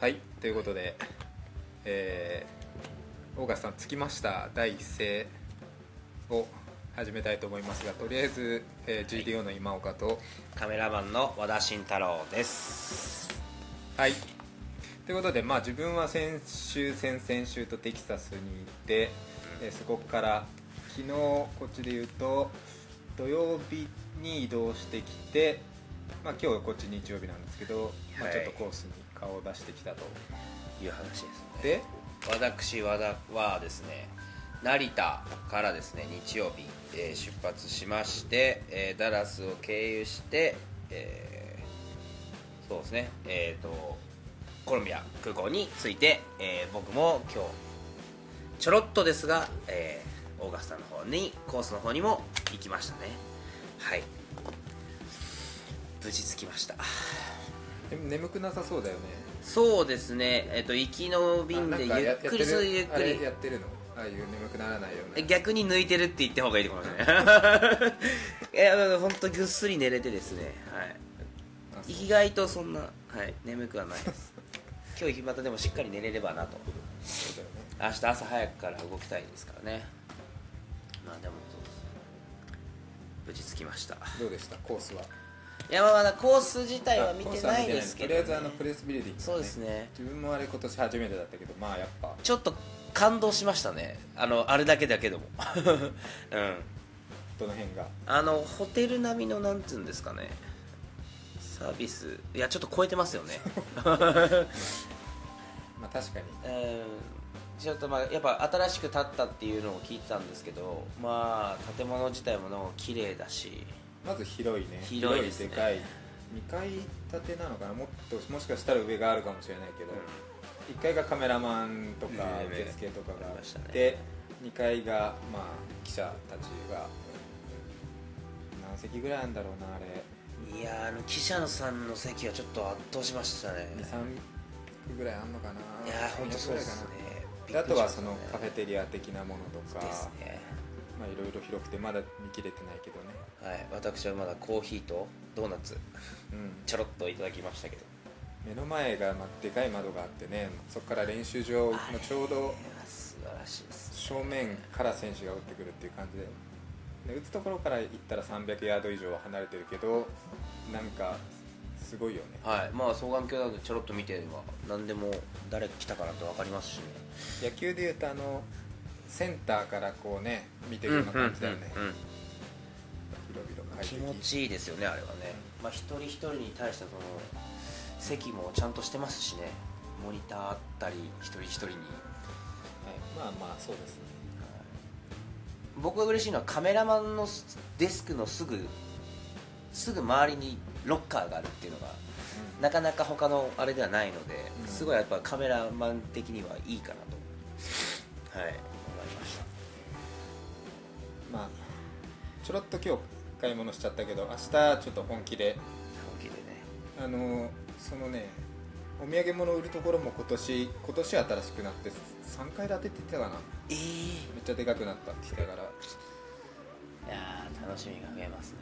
はいということでえー、オーガスさん着きました第一声を始めたいと思いますがとりあえず、えー GDO の今岡とカメラマンの和田慎太郎ですはいということでまあ自分は先週先々週とテキサスに行って、えーそこから昨日こっちで言うと土曜日に移動してきてまあ今日こっち日曜日なんですけど、まあ、はいちょっとコースに顔を出してきたという話ですねで私和田はですね成田からですね日曜日、えー出発しまして、えーダラスを経由して、えーそうですねえっ、とコロンビア空港に着いて、えー僕も今日ちょろっとですが、えーオーガスタの方にコースの方にも行きましたねはい無事着きましたでも眠くなさそうだよねそうですねえっ、と行きの便であなんかゆやっくりするゆっやってくるりあれやってるのああいう眠くならないような逆に抜いてるって言った方がいいと思い ますねいや本当ぐっすり寝れてですね、はいあ、そう意外とそんな、はい、眠くはないです今日またでもしっかり寝れればなとそうだよね明日朝早くから動きたいですからねまあでもそうです無事着きましたどうでしたコースはいやまあまだコース自体は見コーてスはないですけど、ね、とりあえずあのプレスビルディング、そうですね自分もあれ今年初めてだったけどまあやっぱちょっと感動しましたねあのあれだけだけども うんどの辺があのホテル並みのなんていうんですかねサービスいやちょっと超えてますよね まあ確かにうんちょっとまあやっぱ新しく建ったっていうのを聞いてたんですけどまあ建物自体もの綺麗だしまず広いね広いですねでかい2階建てなのかなもっともしかしたら上があるかもしれないけど、一1階がカメラマンとかうん受付とかがあありましたっねて、2階が、まあ、記者たちが何席ぐらいあるんだろうなあれいやーあの記者のさんの席はちょっと圧倒しましたね23ぐらいあんのかないやー本当そうですねであとはそのカフェテテリア的なものとか、ですねまあいろいろ広くてまだ見切れてないけどねはい私はまだコーヒーとドーナツうんちょろっといただきましたけど目の前がまあでかい窓があってねそこから練習場のちょうどあれは素晴らしいです正面から選手が打ってくるっていう感じでで打つところから行ったら300ヤード以上は離れてるけどなんかすごいよねはいまあ双眼鏡などちょろっと見てれば何でも誰来たかなって分かりますしね野球でいうとあのセンターからこうね見てるような感じだよねうんうんうん広々気快持適ちいいですよねあれはね、まあ、一人一人に対してその席もちゃんとしてますしねモニターあったり一人一人に、はいはい、まあまあそうですね僕が嬉しいのはカメラマンのすデスクのすぐすぐ周りにロッカーがあるっていうのがうんなかなか他のあれではないので、うんすごいやっぱカメラマン的にはいいかなとはい思いましたまあちょろっと今日買い物しちゃったけど明日ちょっと本気で本気でねあのそのねお土産物売るところも今年今年新しくなって3階建てって言ってたかなえめえっちゃでかくなったって言ってたからいやー楽しみが増えますね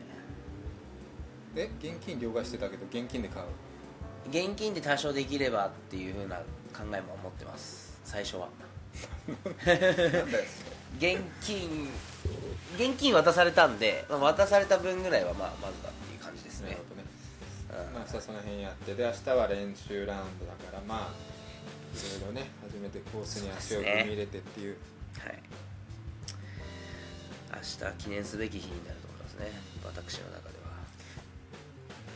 で現金両替してたけど現金で買う現金で多少できればっていうふうな考えも持ってます最初はなんだよ現金現金渡されたんで、まあ、渡された分ぐらいはまあまずだっていう感じですなるねほどねうんまあさその辺やってで明日は練習ラウンドだからまあいろいろね初めてコースに足をそうですね踏み入れてっていうはい明日記念すべき日になると思いますね私の中では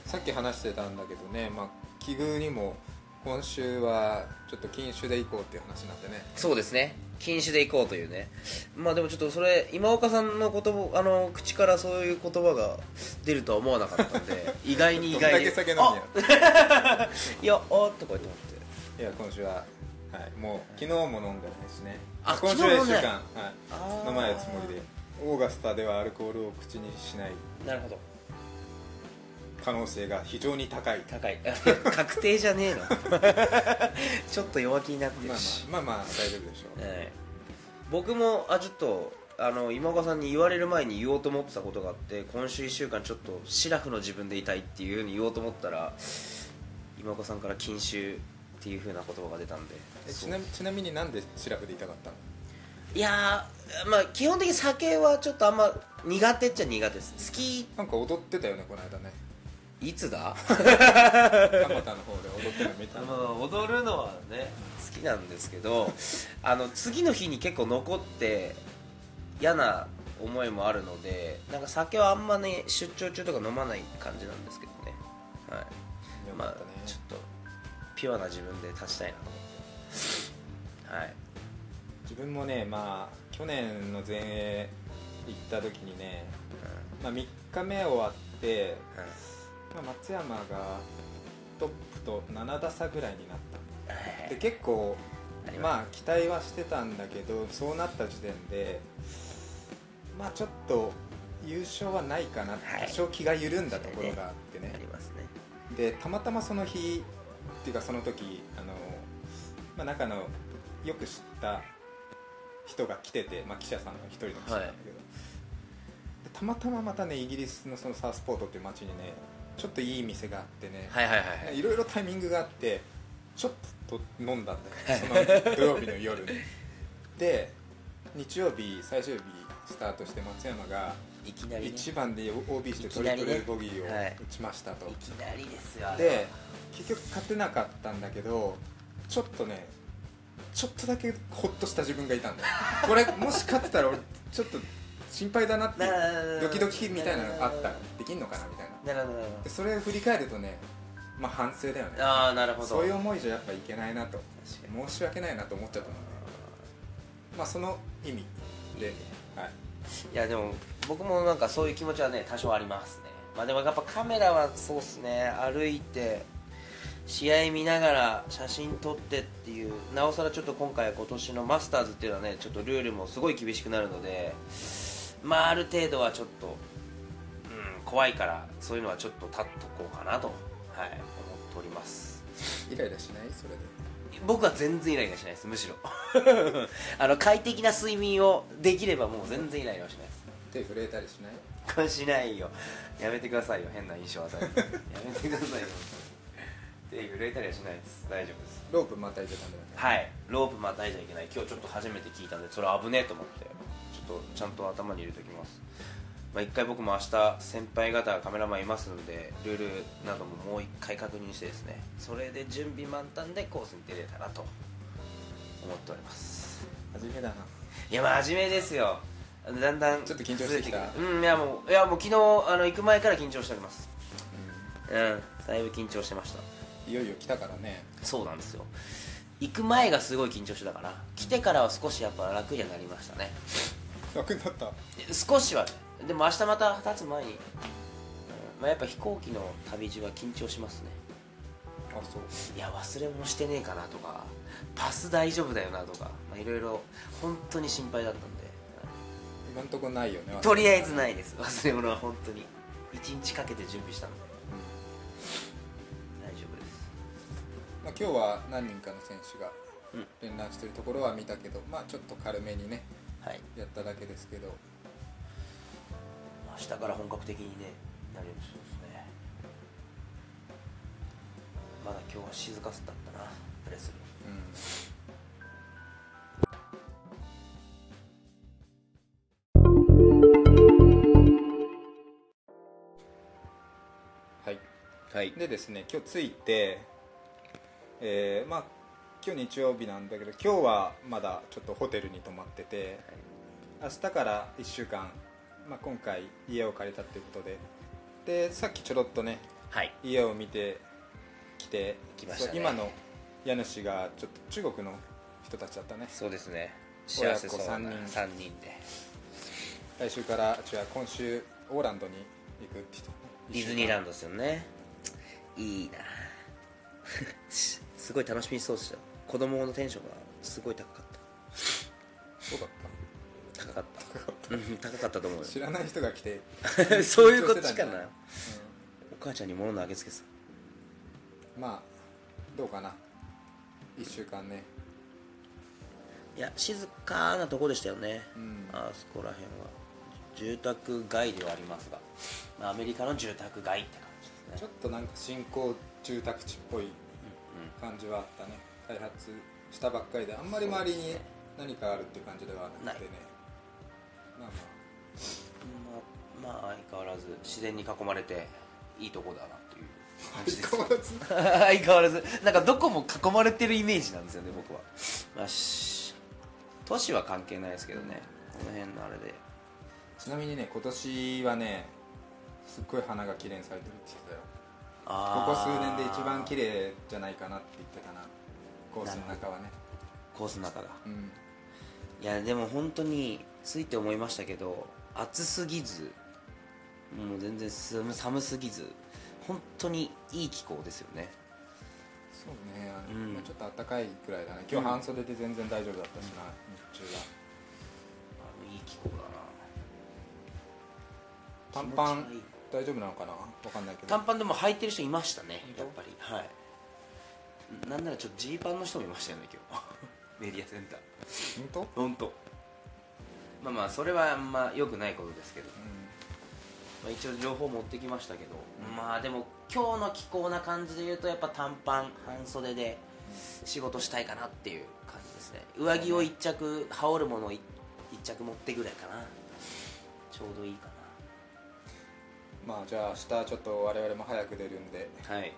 さっき話してたんだけどね、まあ、奇遇にも今週はちょっと禁酒で行こうっていう話になってねそうですね禁酒で行こうというねまあでもちょっとそれ今岡さんの言葉あの口からそういう言葉が出るとは思わなかったん で意外に意外にどんだけ酒飲むんやあ いやおーっとこうやって思っていや今週は、はい、もう昨日も飲んでないしねあ今週昨日1飲ん週でない間、あはい、ー飲まないつもりでオーガスタではアルコールを口にしないなるほど可能性が非常に高い高 い確定じゃねえの ちょっと弱気になってまるあし、まあまあまあ大丈夫でしょうはい僕もあちょっとあの今岡さんに言われる前に言おうと思ってたことがあって今週1週間ちょっとシラフの自分でいたいっていうふうに言おうと思ったら今岡さんから禁酒っていうふうな言葉が出たんでえそちうなちなみになんで調べていたかったのいやーまあ基本的に酒はちょっとあんま苦手っちゃ苦手です好きなんか踊ってたよねこの間ねいつだ蒲田の方で踊ってるの見たあ の踊るのはね好きなんですけど あの次の日に結構残って嫌な思いもあるのでなんか酒はあんまね出張中とか飲まない感じなんですけどねはいよまかあったね、ちょっとピュアな自分で立ちたいなと思ってはい自分もねまあ去年の全英行った時にね、まあ、3日目終わって、うんうんまあ、松山がトップと7打差ぐらいになっはたでい結構ありままあ期待はしてたんだけどそうなった時点でまあちょっと優勝はないかなってはい多少気が緩んだところがあってねありますねでたまたまその日っていうかその時あの、まあ、中のよく知った人が来てて、まあ、記者さんの一人の記者なんだけど、でたまたままたねイギリスのそのサウスポートっていう街にねちょっといい店があってね、はいはいはいはいいろいろタイミングがあってちょっと飲んだんだよその土曜日の夜にで日曜日最終日スタートして松山がいきなりね1番で OB していきトなリりプねルボギーをはい打ちましたと、いきなりですよあれはで結局勝てなかったんだけどちょっとねちょっとだけホッとした自分がいたんだよこれもし勝ってたら俺ちょっと心配だなっていうドキドキみたいなのがあったできんのかなみたいななるほどなるでそれを振り返るとねまあ反省だよねほどああなるほどそういう思いじゃやっぱいけないなと確かに申し訳ないなと思っちゃったので、まあ、その意味でいいねはい、いやでも僕もなんかそういう気持ちはね多少ありますねまあでもやっぱカメラはそうっすね歩いて試合見ながら写真撮ってっていうなおさらちょっと今回今年のマスターズっていうのはねちょっとルールもすごい厳しくなるのでまあある程度はちょっと、うん、怖いからそういうのはちょっと立っとこうかなと、はい、思っておりますイライラしないそれで僕は全然イライラしないですむしろ あの快適な睡眠をできればもう全然イライラはしないです手震えたりしないこれしないよやめてくださいよ変な印象を与えてやめてくださいよ手震えたりはしないです大丈夫ですロープまたいじゃダメだねはいロープまたいじゃいけない今日ちょっと初めて聞いたんでそれ危ねえと思ってちょっとちゃんと頭に入れておきますまあ、一回僕も明日先輩方カメラマンいますのでルールなどももう一回確認してですねそれで準備満タンでコースに出れたらと思っております初めだないや真面目ですよだんだんちょっと緊張してきた崩れくるうんいやもういやもう昨日あの行く前から緊張しておりますうんだいぶ緊張してましたいよいよ来たからねそうなんですよ行く前がすごい緊張してたから来てからは少しやっぱ楽にはなりましたね楽になった少しはねでも明日また立つ前に、うんまあ、やっぱ飛行機の旅路は緊張しますねあそういや忘れ物してねえかなとかパス大丈夫だよなとかまあいろいろ本当に心配だったんで、はい今んとこないよねとりあえずないです忘れ物は本当に1日かけて準備したので大丈夫ですまあ、今日は何人かの選手がうん連絡してるところは見たけどまあちょっと軽めにねはいやっただけですけど明日から本格的にねなるようにしますねまだ今日は静かさだったなプレスにうんはいはいでですね今日着いて、えーまあ今日日曜日なんだけど今日はまだちょっとホテルに泊まってて明日から1週間、まあ、今回家を借りたっていうことででさっきちょろっとねはい家を見てきて来ましたねそう今の家主がちょっと中国の人たちだったねそうですね親子三人3人で来週から違う今週オーランドに行くって人ディズニーランドドですよねいいな すごい楽しみそうでした子供のテンションがすごい高かっそうだった高かった高かったうん高かったと思うよた知らない人が来て そういうこっちかな、うんお母ちゃんに物投げつけさまあどうかな1週間ねいや静かなとこでしたよね、うんあそこら辺は住宅街ではありますが、まあ、アメリカの住宅街って感じですちょねっとなんか新興住宅地っぽい感じはあったね開発したばっかりであんまり周りに何かあるっていう感じではなくてねまあままあまあ相変わらず自然に囲まれていいとこだなという感あじです相変わらず相変わらずなんかどこも囲まれてるイメージなんですよね僕はまあし都市は関係ないですけどねこの辺のあれで ちなみにね今年はねすっごい花が綺麗に咲いてるって言ってたよこあこ数ー年で一番綺麗じゃないかなって言ってたなコースの中はねコースの中だうんいやでも本当について思いましたけど暑すぎずもう全然寒寒すぎず本当にいい気候ですよねそうねあの、うんまあちょっと暖かいくらいだね今日半袖で全然大丈夫だったしな、日中はあのいい気候だな短パ気持ちがいいン大丈夫なのかなわかんないけど短パンでも履いてる人いましたね本当やっぱりはいなんならちょっとジーパンの人もいましたよね今日 メディアセンター本当、うん、本当まあまあそれはあんま良くないことですけど、まあ、一応情報持ってきましたけど、まあでも今日の気候な感じで言うとやっぱ短パン半袖で仕事したいかなっていう感じですね上着を一着羽織るものを一一着持ってぐらいかなちょうどいいかまあじゃあ明日ちょっと我々も早く出るんでなはい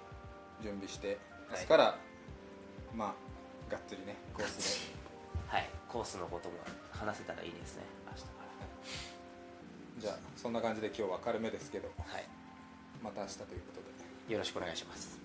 準備して明日いから、まあがっつりねコースではいコースのことも話せたらいいですね明日かじゃあそんな感じで今日は軽めですけどらはまた明日ということで。いよろしくお願いします